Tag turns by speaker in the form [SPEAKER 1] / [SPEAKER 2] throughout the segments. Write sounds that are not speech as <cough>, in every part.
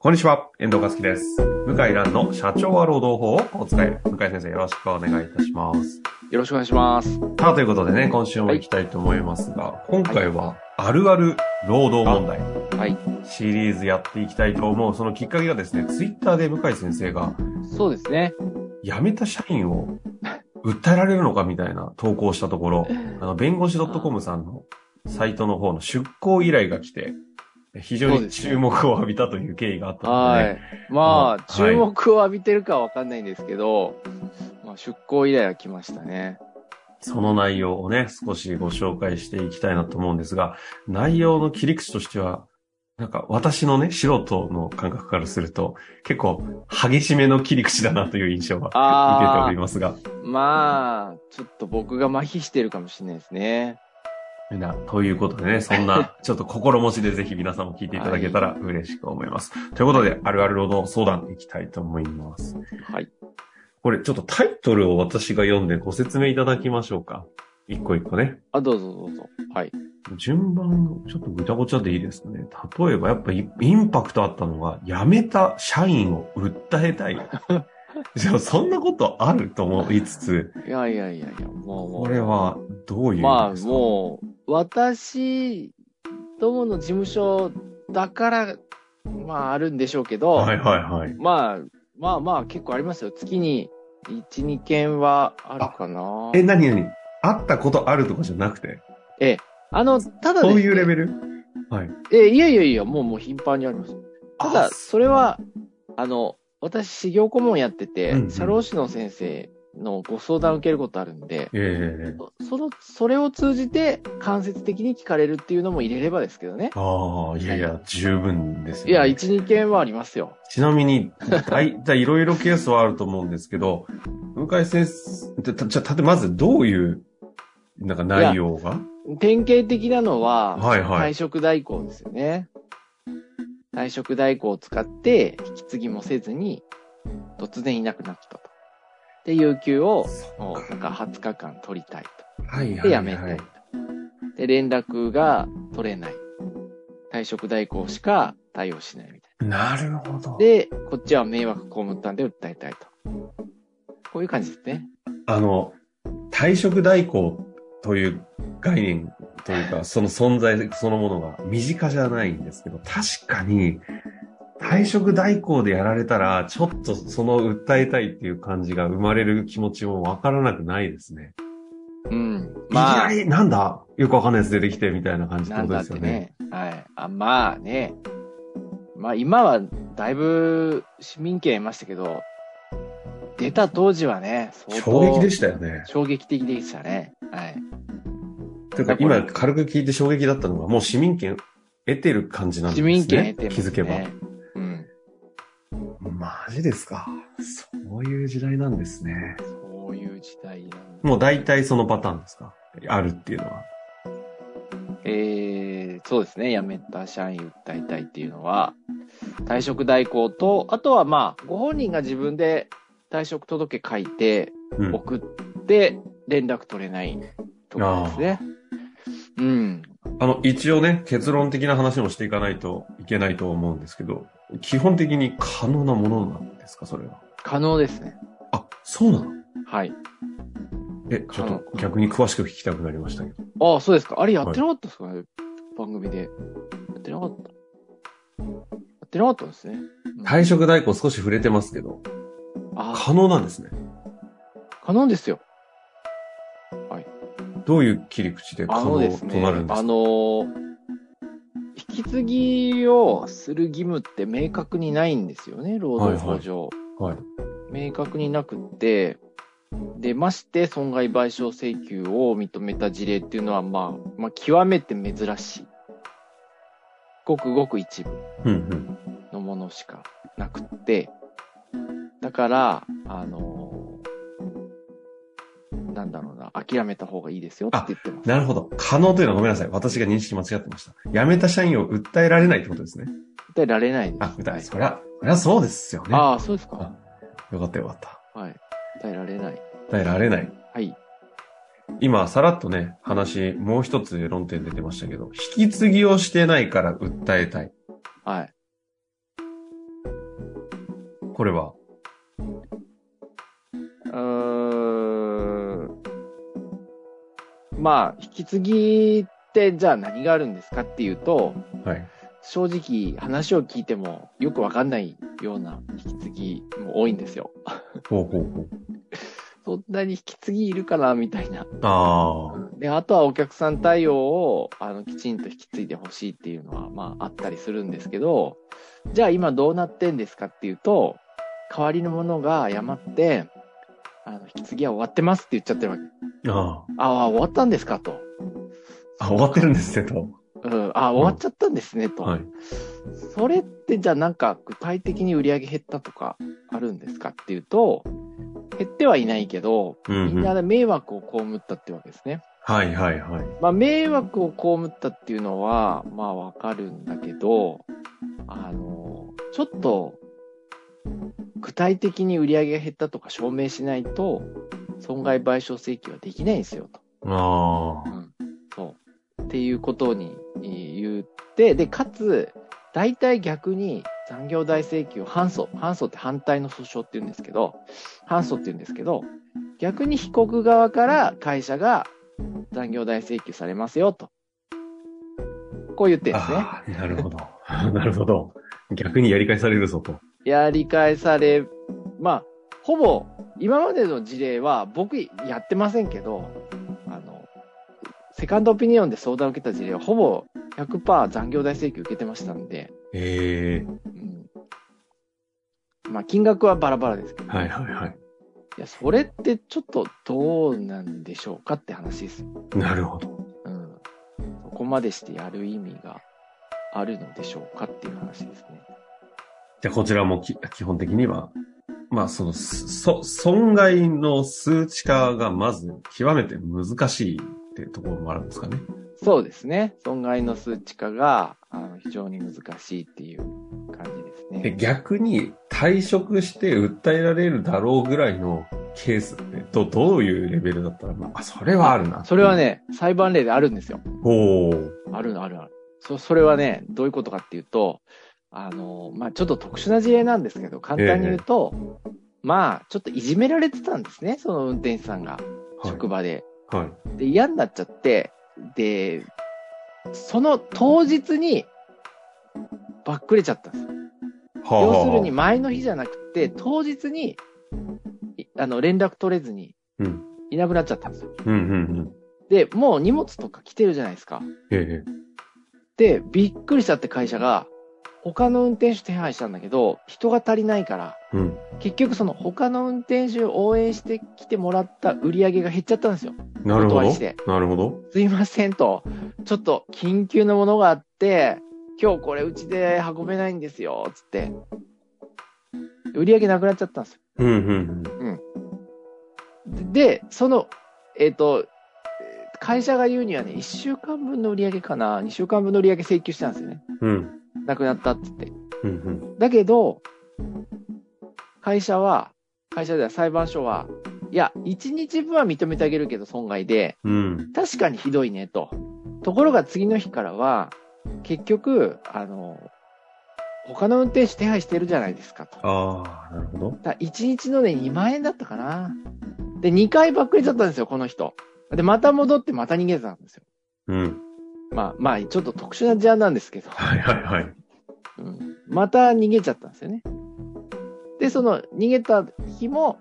[SPEAKER 1] こんにちは、遠藤和樹です。向井蘭の社長は労働法をお使い。向井先生、よろしくお願いいたします。
[SPEAKER 2] よろしくお願いします。
[SPEAKER 1] さあ、ということでね、今週も行きたいと思いますが、今回は、あるある労働問題。
[SPEAKER 2] はい。
[SPEAKER 1] シリーズやっていきたいと思う、そのきっかけがですね、ツイッターで向井先生が、
[SPEAKER 2] そうですね。
[SPEAKER 1] 辞めた社員を訴えられるのかみたいな投稿したとこ
[SPEAKER 2] <laughs>
[SPEAKER 1] ろ、あの、弁護士 .com さんのサイトの方の出向依頼が来て、非常
[SPEAKER 2] そう
[SPEAKER 1] に
[SPEAKER 2] ですね
[SPEAKER 1] 注目を浴びたという経緯があったので、
[SPEAKER 2] はい。ま
[SPEAKER 1] あ
[SPEAKER 2] あ、注目を浴びてるかはわかんないんですけど、まあ、出向依頼は来ましたね。
[SPEAKER 1] その内容をね、少しご紹介していきたいなと思うんですが、内容の切り口としては、なんか私のね、素人の感覚からすると、結構激しめの切り口だなという印象は受けてお
[SPEAKER 2] あ
[SPEAKER 1] りますが、
[SPEAKER 2] あ、まあ、ちょっと僕が麻痺してるかもしれないですね。
[SPEAKER 1] みんな、ということでね、そんな、 <laughs> ちょっと心持ちでぜひ皆さんも聞いていただけたら嬉しく思います。ということで、あるある労働相談いきたいと思います。
[SPEAKER 2] はい。
[SPEAKER 1] これ、ちょっとタイトルを私が読んでご説明いただきましょうか。一個一個ね。
[SPEAKER 2] あ、どうぞどうぞ。はい。
[SPEAKER 1] 順番、ちょっとぐちゃごちゃでいいですかね。例えば、やっぱイインパクトあったのが、辞めた社員を訴え
[SPEAKER 2] <laughs>
[SPEAKER 1] たい。じゃあそんなことあると思いつつ、
[SPEAKER 2] いやいやいやいや、もうもう。
[SPEAKER 1] これはどういう意
[SPEAKER 2] まあ
[SPEAKER 1] 味ですか
[SPEAKER 2] もう、私どもの事務所だから、まああるんでしょうけど、
[SPEAKER 1] はいはいはい。
[SPEAKER 2] まあまあまあ結構ありますよ。月に1、2件はあるかな。
[SPEAKER 1] え、なになに会ったことあるとかじゃなくて、
[SPEAKER 2] あの、ただです、ね、
[SPEAKER 1] そういうレベル
[SPEAKER 2] え、いやいやいや、もうもう頻繁にあります。ただ、
[SPEAKER 1] あ
[SPEAKER 2] それは、あの、私、修行顧問やってて、
[SPEAKER 1] うんうん
[SPEAKER 2] 社労士の先生のご相談を受けることあるんで、
[SPEAKER 1] ええ
[SPEAKER 2] その、それを通じて間接的に聞かれるっていうのも入れればですけどね。
[SPEAKER 1] ああ、いやいや、十分です
[SPEAKER 2] い
[SPEAKER 1] よ、
[SPEAKER 2] や、
[SPEAKER 1] ね。
[SPEAKER 2] 1、2件はありますよ。
[SPEAKER 1] ちなみに、大体いろいろケースはあると思うんですけど、向井先生、たたじゃあ、たて、まずどういう、なんか内容が
[SPEAKER 2] 典型的なのは、
[SPEAKER 1] はいはい
[SPEAKER 2] 退職代行ですよね。退職代行を使って、引き継ぎもせずに、突然いなくなったと。で、有給を、もうなんか20日間取りたいと。
[SPEAKER 1] はいは
[SPEAKER 2] で、
[SPEAKER 1] い
[SPEAKER 2] 辞
[SPEAKER 1] は
[SPEAKER 2] めたい
[SPEAKER 1] い
[SPEAKER 2] と。。で、連絡が取れない。退職代行しか対応しないみたい
[SPEAKER 1] なるほど
[SPEAKER 2] な。。で、こっちは迷惑被ったんで訴えたいと。こういう感じですね。
[SPEAKER 1] あの、退職代行という概念というか、その存在そのものが身近じゃないんですけど、確かに、退職代行でやられたら、ちょっとその訴えたいっていう感じが生まれる気持ちもわからなくないですね。
[SPEAKER 2] うん。
[SPEAKER 1] ま
[SPEAKER 2] ま
[SPEAKER 1] あ、
[SPEAKER 2] あ
[SPEAKER 1] いき、なり、なんだよくわかんないやつ出てきてみたいな感じって
[SPEAKER 2] な
[SPEAKER 1] こ
[SPEAKER 2] ん
[SPEAKER 1] と
[SPEAKER 2] だ
[SPEAKER 1] で
[SPEAKER 2] っ
[SPEAKER 1] す
[SPEAKER 2] て
[SPEAKER 1] よね。
[SPEAKER 2] ね。はい。あまあね。まあ今はだいぶ市民権得ましたけど、出た当時はね、相当
[SPEAKER 1] 衝撃でしたよね。
[SPEAKER 2] 衝撃的でしたね。はい。
[SPEAKER 1] てか今軽く聞いて衝撃だったのが、もう市民権得てる感じなんです
[SPEAKER 2] 市
[SPEAKER 1] ね。
[SPEAKER 2] 民権得てます
[SPEAKER 1] 気
[SPEAKER 2] ね。
[SPEAKER 1] づけば。
[SPEAKER 2] うん。
[SPEAKER 1] マジですか。そういう時代なんですね。
[SPEAKER 2] そういう時代なんだ
[SPEAKER 1] もう大体そのパターンですかあるっていうのは。
[SPEAKER 2] えー、そうですね。辞めた社員訴えたいっていうのは、退職代行と、あとはまあ、ご本人が自分で退職届書いて、
[SPEAKER 1] うん。
[SPEAKER 2] 送って、連絡取れないとかですね。うん。
[SPEAKER 1] あの、一応ね、結論的な話もしていかないといけないと思うんですけど、基本的に可能なものなんですかそれは。
[SPEAKER 2] 可能ですね。
[SPEAKER 1] あ、そうなの
[SPEAKER 2] はい。
[SPEAKER 1] え、ちょっと逆に詳しく聞きたくなりましたけど。
[SPEAKER 2] ああ、そうですか。あれやってなかったですかね、番組で。やってなかった。やってなかったんですね。
[SPEAKER 1] 退職代行少し触れてますけど、
[SPEAKER 2] あ
[SPEAKER 1] 可能なんですね。
[SPEAKER 2] あ、可能ですよ。
[SPEAKER 1] どういう切り口で可
[SPEAKER 2] あの
[SPEAKER 1] 能
[SPEAKER 2] ですね、
[SPEAKER 1] となるんですか
[SPEAKER 2] あのー引き継ぎをする義務って明確にないんですよね、労働法上。
[SPEAKER 1] はい。
[SPEAKER 2] 明確になくって、で、まして損害賠償請求を認めた事例っていうのは、まあ、まあ、極めて珍しい。ごくごく一部
[SPEAKER 1] うんうん。
[SPEAKER 2] のものしかなくって、だから、あのーなんだろうな、諦めた方がいいですよって言ってます。
[SPEAKER 1] なるほど。可能というのはごめんなさい。私が認識間違ってました。辞めた社員を訴えられないってことですね。
[SPEAKER 2] 訴えられないです。
[SPEAKER 1] あ、訴えです。これは、これはそうですよね。
[SPEAKER 2] ああ、そうです
[SPEAKER 1] あ
[SPEAKER 2] か。
[SPEAKER 1] よかったよかった。
[SPEAKER 2] はい。答えられない。
[SPEAKER 1] 訴えられない。
[SPEAKER 2] はい。
[SPEAKER 1] 今、さらっとね、話、もう一つ論点出てましたけど、引き継ぎをしてないから訴えたい。
[SPEAKER 2] はい。
[SPEAKER 1] これは。
[SPEAKER 2] うーん。まあ、引き継ぎって、じゃあ何があるんですかっていうと、
[SPEAKER 1] はい。
[SPEAKER 2] 正直話を聞いてもよくわかんないような引き継ぎも多いんですよ。
[SPEAKER 1] ほうほうほう。
[SPEAKER 2] そんなに引き継ぎいるかなみたいな。
[SPEAKER 1] あ
[SPEAKER 2] で、あとはお客さん対応を、あの、きちんと引き継いでほしいっていうのは、まあ、あったりするんですけど、じゃあ今どうなってんですかっていうと、代わりのものが誤って、あの、引き継ぎは終わってますって言っちゃってるわけ。
[SPEAKER 1] あ。あ
[SPEAKER 2] ああ、終わったんですかと。
[SPEAKER 1] あ。あ、終わってるんですね、と。
[SPEAKER 2] うん、ああ、終わっちゃったんですね、と。
[SPEAKER 1] はい。
[SPEAKER 2] それってじゃあなんか具体的に売り上げ減ったとかあるんですかっていうと、減ってはいないけど、
[SPEAKER 1] うん
[SPEAKER 2] み
[SPEAKER 1] うんん。
[SPEAKER 2] な迷惑を被ったってわけですね。
[SPEAKER 1] はいはいはい。
[SPEAKER 2] まあ、迷惑を被ったっていうのは、まあ、わかるんだけど、あの、ちょっと、具体的に売り上げが減ったとか証明しないと、損害賠償請求はできないんですよ、と。
[SPEAKER 1] あ
[SPEAKER 2] そう。っていうことにえー言って、で、かつ、大体逆に残業代請求、反訴、反訴って反対の訴訟って言うんですけど、反訴って言うんですけど、逆に被告側から会社が残業代請求されますよと。こう言って
[SPEAKER 1] あ。
[SPEAKER 2] るんですね。
[SPEAKER 1] ああ、なるほど。 <laughs> なるほど。逆にやり返されるぞと。
[SPEAKER 2] やり返され、まあ、ほぼ、今までの事例は僕やってませんけど、あの、セカンドオピニオンで相談を受けた事例はほぼ100%残業代請求受けてましたんで、
[SPEAKER 1] ええ
[SPEAKER 2] うん。まあ、金額はバラバラですけど、
[SPEAKER 1] はいはいはい
[SPEAKER 2] や、それってちょっとどうなんでしょうかって話です。
[SPEAKER 1] い。なるほど。
[SPEAKER 2] うん。そこまでしてやる意味があるのでしょうかっていう話ですね。
[SPEAKER 1] じゃあこちらもき基本的には、まあその、そ、損害の数値化がまず極めて難しいってところもあるんですかね。
[SPEAKER 2] そうですね。損害の数値化があの非常に難しいっていう感じです
[SPEAKER 1] で
[SPEAKER 2] ね。
[SPEAKER 1] 逆に退職して訴えられるだろうぐらいのケースってどどういうレベルだったら、まあ、それはあるな。
[SPEAKER 2] それは。ね、裁判例であるんですよ。
[SPEAKER 1] おー
[SPEAKER 2] あるのあるある。そそれはね、どういうことかっていうと、あの、まあ、ちょっと特殊な事例なんですけど、簡単に言うと、まあ、ちょっといじめられてたんですね、その運転手さんが、
[SPEAKER 1] はい
[SPEAKER 2] 職場で。
[SPEAKER 1] はい。
[SPEAKER 2] で、嫌になっちゃって、で、その当日に、ばっくれちゃったんですよ
[SPEAKER 1] はあ
[SPEAKER 2] 要するに、前の日じゃなくて、当日に、いあの、連絡取れずに
[SPEAKER 1] うん、
[SPEAKER 2] いなくなっちゃったんですよ。
[SPEAKER 1] うんうんうん。
[SPEAKER 2] で、もう荷物とか来てるじゃないですか。
[SPEAKER 1] え
[SPEAKER 2] で、びっくりしたって会社が、他の運転手手配したんだけど、人が足りないから、
[SPEAKER 1] えうん。
[SPEAKER 2] 結局その他の運転手を応援してきてもらった売り上げが減っちゃったんですよ。
[SPEAKER 1] なる
[SPEAKER 2] お
[SPEAKER 1] ほ
[SPEAKER 2] 断り
[SPEAKER 1] ど
[SPEAKER 2] して。
[SPEAKER 1] なるほど。
[SPEAKER 2] すいませんと、ちょっと緊急のものがあって、今日これうちで運べないんですよ、つって。売り上げなくなっちゃったんですよ
[SPEAKER 1] うんうん
[SPEAKER 2] で、その、えっ、と、えー会社が言うにはね、1週間分の売り上げかな、2週間分の売り上げ請求したんですよね。
[SPEAKER 1] うん。うん。
[SPEAKER 2] なくなったって言って。
[SPEAKER 1] うんうん。
[SPEAKER 2] だけど、会社は、会社では裁判所は、いや、1日分は認めてあげるけど損害で、
[SPEAKER 1] うん。
[SPEAKER 2] 確かにひどいね、と。ところが次の日からは、結局、あの、他の運転手手配してるじゃないですか、と。
[SPEAKER 1] ああ、なるほど。
[SPEAKER 2] だ1日のね、2万円だったかな。で、2回ばっくりちゃったんですよ、この人。で、また戻って、また逃げてたんですよ。
[SPEAKER 1] うん。
[SPEAKER 2] まあ、まあ、ちょっと特殊な事案なんですけど、
[SPEAKER 1] はいはいはい。
[SPEAKER 2] うん、また逃げちゃったんですよね。で、その逃げた日も、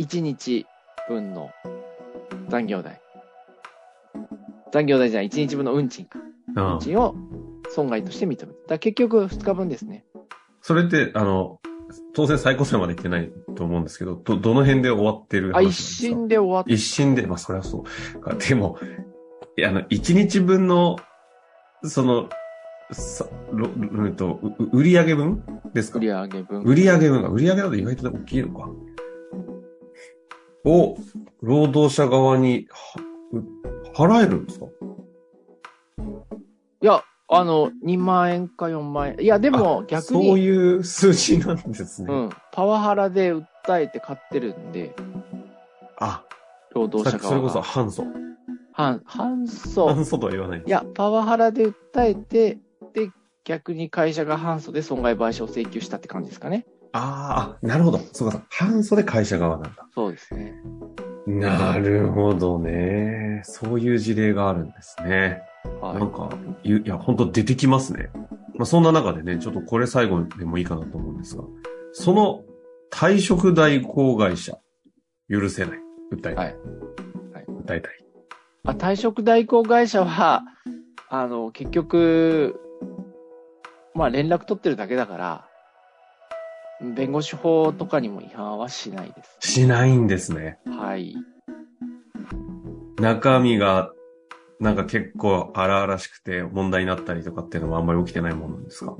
[SPEAKER 2] 1日分の残業代。残業代じゃない、1日分の運賃か。
[SPEAKER 1] あ
[SPEAKER 2] 運
[SPEAKER 1] あ
[SPEAKER 2] 賃を損害として認めた。だから結局、2日分ですね。
[SPEAKER 1] それって、あの、当然最高裁まで行ってないと思うんですけど、ど、どの辺で終わってる話
[SPEAKER 2] あ、
[SPEAKER 1] なん
[SPEAKER 2] 一
[SPEAKER 1] ですか
[SPEAKER 2] 審で終わっ
[SPEAKER 1] 一審で、まあそりゃそうか。でも、いやあの、一日分の、その、さろうんとう売り上げ分です
[SPEAKER 2] た
[SPEAKER 1] か
[SPEAKER 2] 売り上げ分。
[SPEAKER 1] 売り上げ分が、売り上げだと意外と大きいのか。を、労働者側に、はう払えるんですか
[SPEAKER 2] いや、あの、2万円か4万円。いや、でも逆に、
[SPEAKER 1] そういう数字なんですね。
[SPEAKER 2] うん、パワハラで訴えて買ってるんで、
[SPEAKER 1] あ、
[SPEAKER 2] 労働
[SPEAKER 1] さっ
[SPEAKER 2] 者
[SPEAKER 1] きそれ
[SPEAKER 2] 側
[SPEAKER 1] こそ
[SPEAKER 2] が。
[SPEAKER 1] 反訴。
[SPEAKER 2] 反、反
[SPEAKER 1] 反
[SPEAKER 2] 訴。
[SPEAKER 1] 訴とは言わない。
[SPEAKER 2] いや、パワハラで訴えて、で、逆に会社が反訴で損害賠償請求したって感じですかね。
[SPEAKER 1] ああ、なるほど。そうかそう、半袖会社側なんだ。
[SPEAKER 2] そうですね。
[SPEAKER 1] なるほどね。そういう事例があるんですね。
[SPEAKER 2] はい。
[SPEAKER 1] なんか、ゆいや、本当出てきますね。まあ、そんな中でね、ちょっとこれ最後でもいいかなと思うんですが、その退職代行会社、許せない。訴えたい。
[SPEAKER 2] はいはい
[SPEAKER 1] 訴えたい。
[SPEAKER 2] あ退職代行会社は、あの、結局、まあ連絡取ってるだけだから、弁護士法とかにも違反はしないです。
[SPEAKER 1] しないんですね。
[SPEAKER 2] はい。
[SPEAKER 1] 中身が、なんか結構荒々しくて問題になったりとかっていうのはあんまり起きてないものなんですか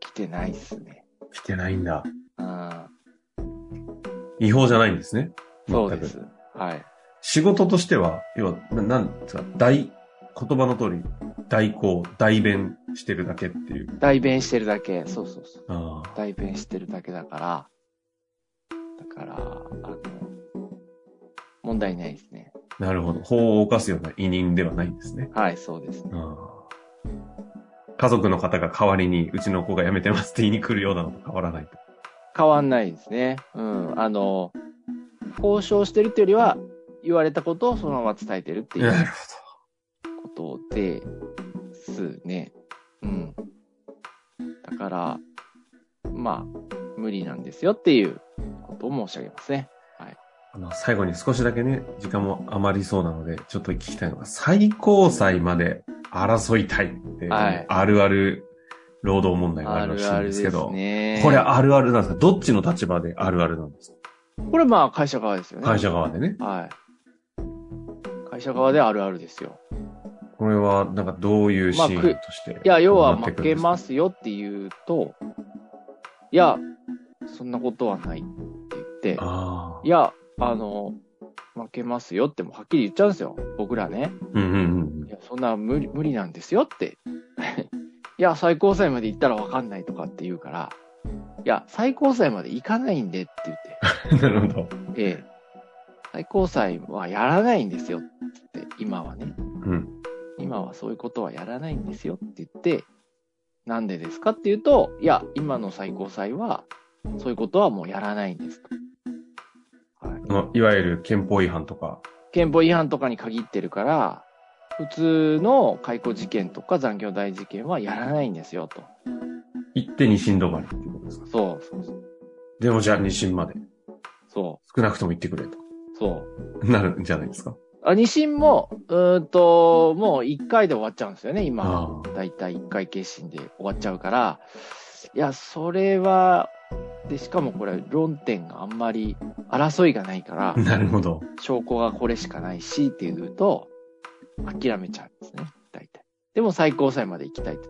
[SPEAKER 2] 起きてないですね。
[SPEAKER 1] 起きてないんだ。
[SPEAKER 2] うん。
[SPEAKER 1] 違法じゃないんですね。
[SPEAKER 2] そうで
[SPEAKER 1] 全く。
[SPEAKER 2] す。はい。
[SPEAKER 1] 仕事としては、要は、ななんですか、代、言葉の通り、代行、代弁してるだけっていう。
[SPEAKER 2] 代弁してるだけ。そうそうそう。
[SPEAKER 1] ああ。
[SPEAKER 2] 代弁してるだけだから、だから、あの、問題ないですね。
[SPEAKER 1] なるほど。法を犯すような委任ではないんですね。
[SPEAKER 2] はい、そうですね。
[SPEAKER 1] ああ家族の方が代わりに、うちの子が辞めてますって言いに来るようなのと変わらないと。
[SPEAKER 2] 変わんないですね。うん。あの、交渉してるっていうよりは、言われたことをそのまま伝えてるってい
[SPEAKER 1] なる
[SPEAKER 2] う
[SPEAKER 1] ほ
[SPEAKER 2] ことですね。うん。だから、まあ、無理なんですよっていうことを申し上げますね。
[SPEAKER 1] ど。あの、最後に少しだけね、時間も余りそうなので、ちょっと聞きたいのが、最高裁まで争いたいって、
[SPEAKER 2] はい
[SPEAKER 1] あるある労働問題があ
[SPEAKER 2] あ
[SPEAKER 1] るら
[SPEAKER 2] る
[SPEAKER 1] しい
[SPEAKER 2] あ
[SPEAKER 1] ん
[SPEAKER 2] る
[SPEAKER 1] で
[SPEAKER 2] です
[SPEAKER 1] けど、
[SPEAKER 2] すね。
[SPEAKER 1] これあるあるなんですかどっちの立場であるあるなんですか
[SPEAKER 2] これまあ会社側ですよね。
[SPEAKER 1] 会社側でね。
[SPEAKER 2] はい。会社側であるあるですよ。
[SPEAKER 1] これは、なんかどういうシーンとして、
[SPEAKER 2] いや、要は
[SPEAKER 1] なってく
[SPEAKER 2] 負
[SPEAKER 1] るんで
[SPEAKER 2] け
[SPEAKER 1] すか
[SPEAKER 2] ますよって言うと、いや、そんなことはないって言って、
[SPEAKER 1] ああ
[SPEAKER 2] い。や、あの、負けますよってもうはっきり言っちゃうんですよ。僕らね。
[SPEAKER 1] うんうんうん
[SPEAKER 2] いや、そんな無理、無理なんですよって。 <laughs> いや、最高裁まで行ったらわかんないとかって言うから、いや、最高裁まで行かないんでって言って。
[SPEAKER 1] うん。 <laughs> なるほど。
[SPEAKER 2] ええ、最高裁はやらないんですよって、今はね。
[SPEAKER 1] うん。
[SPEAKER 2] 今はそういうことはやらないんですよって言って、なんでですかっていうと、いや、今の最高裁は、そういうことはもうやらないんですと。はい、
[SPEAKER 1] あのいわゆる憲法違反とか、
[SPEAKER 2] 憲法違反とかに限ってるから、普通の解雇事件とか残業代事件はやらないんですよと。
[SPEAKER 1] 一手に振動があるっていうことですか
[SPEAKER 2] そう、そうそう、
[SPEAKER 1] でもじゃあ二審まで、
[SPEAKER 2] そ
[SPEAKER 1] 少なくとも言ってくれと。
[SPEAKER 2] う、そう。
[SPEAKER 1] なるんじゃないですか
[SPEAKER 2] あ二審も、うーんと、もう1回で終わっちゃうんですよね、
[SPEAKER 1] あ
[SPEAKER 2] 今
[SPEAKER 1] あ。
[SPEAKER 2] だいたい1回決審で終わっちゃうから。いや、それは、で、しかもこれ論点があんまり争いがないから、
[SPEAKER 1] <laughs> なるほど。
[SPEAKER 2] 証拠がこれしかないしっていうと、諦めちゃうんですね、大体。でも最高裁まで行きたいと。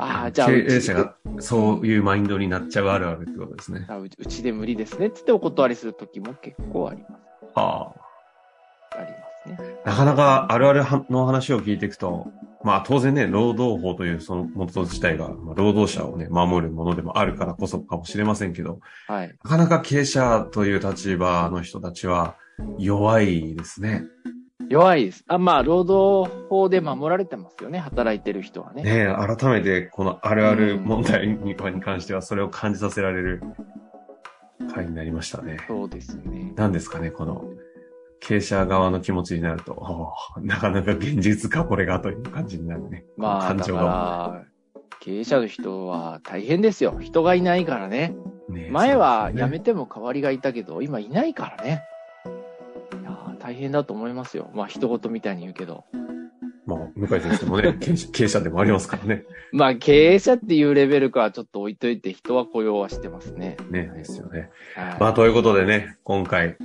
[SPEAKER 2] ああじゃあ
[SPEAKER 1] 経営者がそういうマインドになっちゃうあるあるってことですね。
[SPEAKER 2] あううちで無理ですねっつってお断りするときも結構ありま
[SPEAKER 1] は
[SPEAKER 2] す。ありますね。
[SPEAKER 1] あ。なかなかあるあるはの話を聞いていくと、まあ当然ね、労働法というその元自体が、まあ労働者をね、守るものでもあるからこそかもしれませんけど、
[SPEAKER 2] はい。
[SPEAKER 1] なかなか経営者という立場の人たちは弱いですね。
[SPEAKER 2] 弱いです。あ、まあ、労働法で守られてますよね、働いてる人はね。
[SPEAKER 1] ねえ、改めてこのあるある問題にに関してはそれを感じさせられる回になりましたね。
[SPEAKER 2] そうですね。
[SPEAKER 1] 何ですかね、この、経営者側の気持ちになると、おーなかなか現実か、これがという感じになるね。
[SPEAKER 2] まあ、
[SPEAKER 1] 感
[SPEAKER 2] だ
[SPEAKER 1] 情
[SPEAKER 2] か
[SPEAKER 1] が。
[SPEAKER 2] ら、経営者の人は大変ですよ。人がいないからね。
[SPEAKER 1] ねえ
[SPEAKER 2] 前は辞、
[SPEAKER 1] そうですね
[SPEAKER 2] めても代わりがいたけど、今いないからね。いやー大変だと思いますよ。まあ、人事みたいに言うけど。
[SPEAKER 1] まあ、向井先生
[SPEAKER 2] <laughs>
[SPEAKER 1] もね、経営者経営者でもありますからね。
[SPEAKER 2] まあ、経営者っていうレベルかはちょっと置いといて、人は雇用はしてますね。
[SPEAKER 1] ねえですよね。
[SPEAKER 2] はい。
[SPEAKER 1] まあ、ということでね、今回、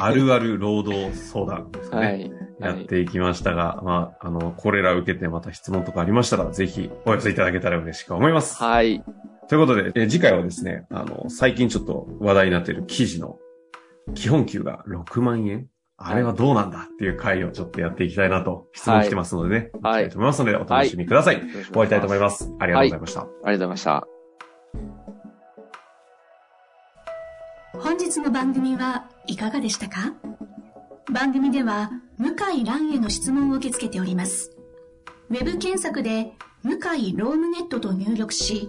[SPEAKER 1] あるある労働相談ですかね。
[SPEAKER 2] はい。
[SPEAKER 1] やっていきましたが、まあ、あの、これらを受けてまた質問とかありましたら、ぜひお寄せいただけたら嬉しく思います。
[SPEAKER 2] はい。
[SPEAKER 1] ということで、えー次回はですね、あの、最近ちょっと話題になっている記事の基本給が6万円あれはどうなんだっていう回をちょっとやっていきたいなと質問来てますのでね、
[SPEAKER 2] はい
[SPEAKER 1] いきたいと思いますので、お楽しみください。
[SPEAKER 2] よろしく。
[SPEAKER 1] 終わりたいと思いますす。ありがとうございました。
[SPEAKER 2] ありがとうございました。
[SPEAKER 3] 本日の番組はいかがでしたか番組では向井蘭への質問を受け付けておりますウェブ検索で「向井ロームネット」と入力し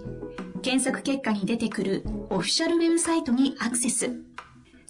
[SPEAKER 3] 検索結果に出てくるオフィシャルウェブサイトにアクセス。